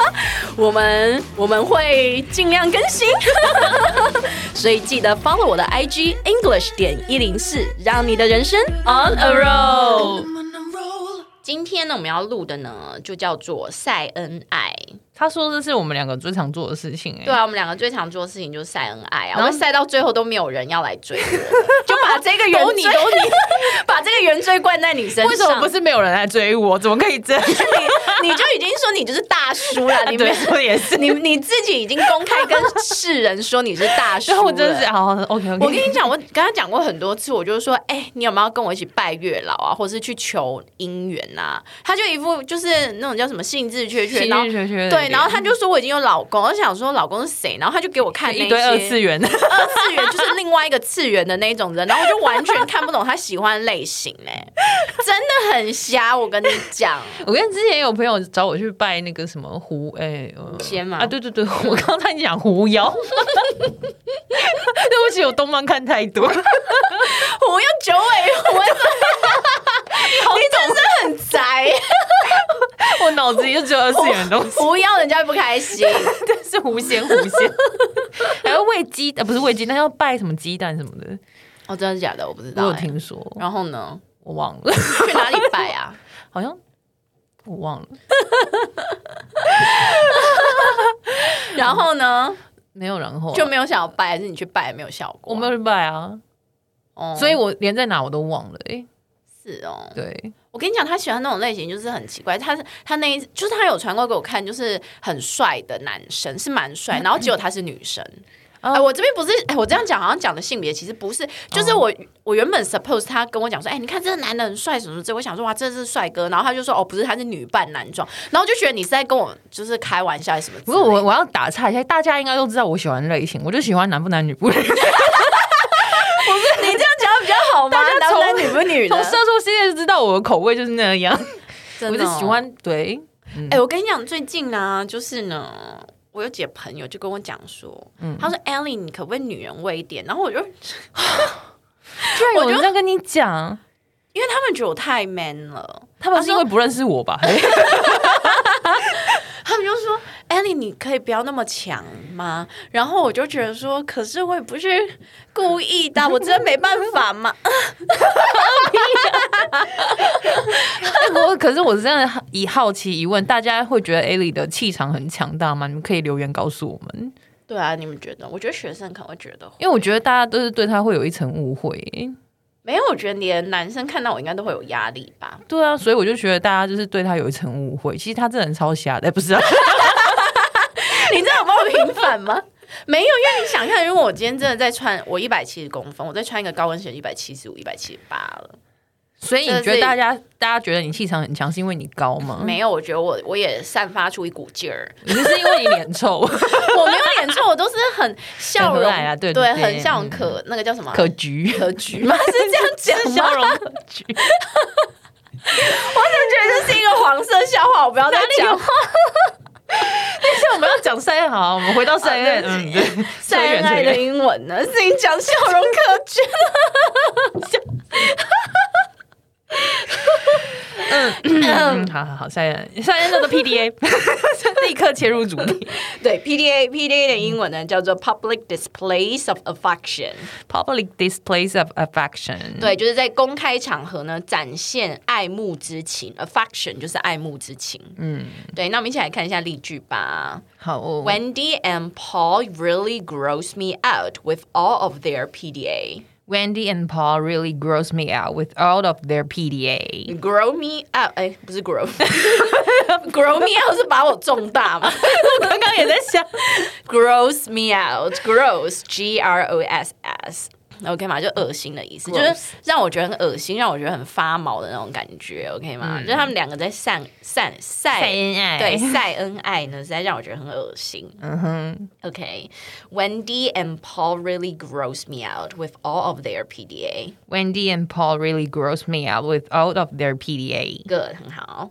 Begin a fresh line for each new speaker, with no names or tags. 我们我们会尽量更新， 所以记得 follow 我的 IG English 点一零四，让你的人生 on a roll。今天呢，我们要录的呢，就叫做晒恩爱。
他说这是我们两个最常做的事情、欸，
对啊，我们两个最常做的事情就是晒恩爱啊，
然
我
后
们晒到最后都没有人要来追 我，就把这个原罪，
都你都
你 把这个原罪灌在你身上。
为什么不是没有人来追我？怎么可以 这样？
你？你就已经说你就是大叔了，你没
对，
有
说也是。
你你自己已经公开跟世人说你是大叔
然
了。
后我真的是哦好，OK
我跟
OK。
你讲，我跟他讲过很多次，我就说，哎、你有没有要跟我一起拜月老啊，或是去求姻缘啊？他就一副就是那种叫什么兴致缺缺，
兴致
然后
缺缺的
对，
脸
然后他就说我已经有老公，而且想说老公是谁，然后他就给我看那
一堆二次
元，
元，
二次元就是另外一个次元的那种人，然后我就完全看不懂他喜欢的类型、哎，真的很瞎，我跟你 讲，
我跟之前有朋友找我去拜那个什么狐，哎、呃
仙吗
啊，对对对， 我刚才讲狐妖，对不起，我动漫看太 多，
我要九尾狐，你真的很宅，
我脑子里就只有二次元的东西，
狐妖人家会不开心。
但 是狐仙狐仙，还要喂鸡，呃，不是喂鸡，那要拜什么鸡蛋什么的，
哦，真的假的？我不知
我
道、
有
哎
听说，
然后呢？
我忘了，
去哪里拜啊？
好像我忘了，
然后呢，
没有然后啊、
就没有想要拜，还是你去拜没有效果？
我没有去拜啊，
哦
所以我连在哪我都忘了、哎，
是哦。
对，
我跟你讲，他喜欢那种类型就是很奇怪。他是他那一就是他有传过给我看，就是很帅的男生，是蛮帅，然后结果他是女生。哎、
嗯哦
我这边不是，哎、我这样讲好像讲的性别其实不是，就是我、我原本 suppose 他跟我讲说，哎、你看这个男的很帅什么什么之类，我想说哇，这是帅哥，然后他就说哦，不是，他是女扮男装，然后我就觉得你是在跟我就是开玩笑还是什么之
不
类
是
的。
我我要打岔一下，大家应该都知道我喜欢类型，我就喜欢男不男女不女。
你这样讲比较好吗？
家
男
从
男女不女的
从射，出系列就知道我的口味就是那样，
真
我
的
就
哦
喜。欢 对，
哎、我跟你讲，最近呢、就是呢，我有几个朋友就跟我讲说，他说 Ellie，你可不可以女人味一点？然后我就，
居然
我
有
觉
人
得
这样跟你讲，
因为他们觉得我太 man 了，
他们是因为不认识我吧？
他们就说 Ellie，你可以不要那么强吗？然后我就觉得说，可是我也不是故意的，我真的没办法嘛。
我可是我真的以好奇疑问，大家会觉得 A 里的气场很强大吗？你们可以留言告诉我们，
对啊，你们觉得？我觉得学生可能会觉得
因为我觉得大家都是对他会有一层误会。欸
没有，我觉得连男生看到我应该都会有压力吧。
对啊，所以我就觉得大家就是对他有一层误会。其实他这人超瞎的，哎不是、啊？
你这样帮我平反吗？没有，因为你想看，如果我今天真的在穿我一百七十公分，我再穿一个高跟鞋，一百七十五、一百七十八了。
所以你
这
觉
是
得大家大家觉得你气场很强，是因为你高吗？
没有，我觉得我我也散发出一股劲儿，
你就是因为你脸臭，
我没有脸臭，我都是很笑容
很可爱啊 对
对，
对
很笑容可那个叫什么
可橘。
可橘 吗？是这样讲吗？
容局，
我觉得这是一个黄色笑话，我不要再 讲话。
现在我们要讲三好，我们回到三月，
啊
嗯，
对
对，
晒恩爱的英文 呢？自己讲笑容可掬。
嗯，好好好，三月三月那个 PDA，立刻切入主题
对，PDA PDA 的英文呢叫做 Public Displays of Affection。
，public displays of affection，，
对，就是在公开场合呢展现爱慕之情，affection 就是爱慕之情。嗯，对，那我们一起来看一下例句吧。
好哦，
Wendy and Paul really gross me out with all of their PDA.
Wendy and Paul really gross me out with all of their PDA。
Grow me out，哎，不是 grow，grow me out 是把我种大嘛
我刚刚也在想，
？Gross me out，gross，G R O S S。 OK 吗？就恶心的意思
Gross
就是让我觉得很恶心，让我觉得很发毛的那种感觉，OK 吗？就是他们两个在散散
晒
晒。
恩爱，
对，晒恩爱呢，实在让我觉得很恶心。
嗯哼，
OK，Wendy、and Paul really gross me out with all of their PDA。
Wendy and Paul really gross me out with out of their PDA。
Good，很好。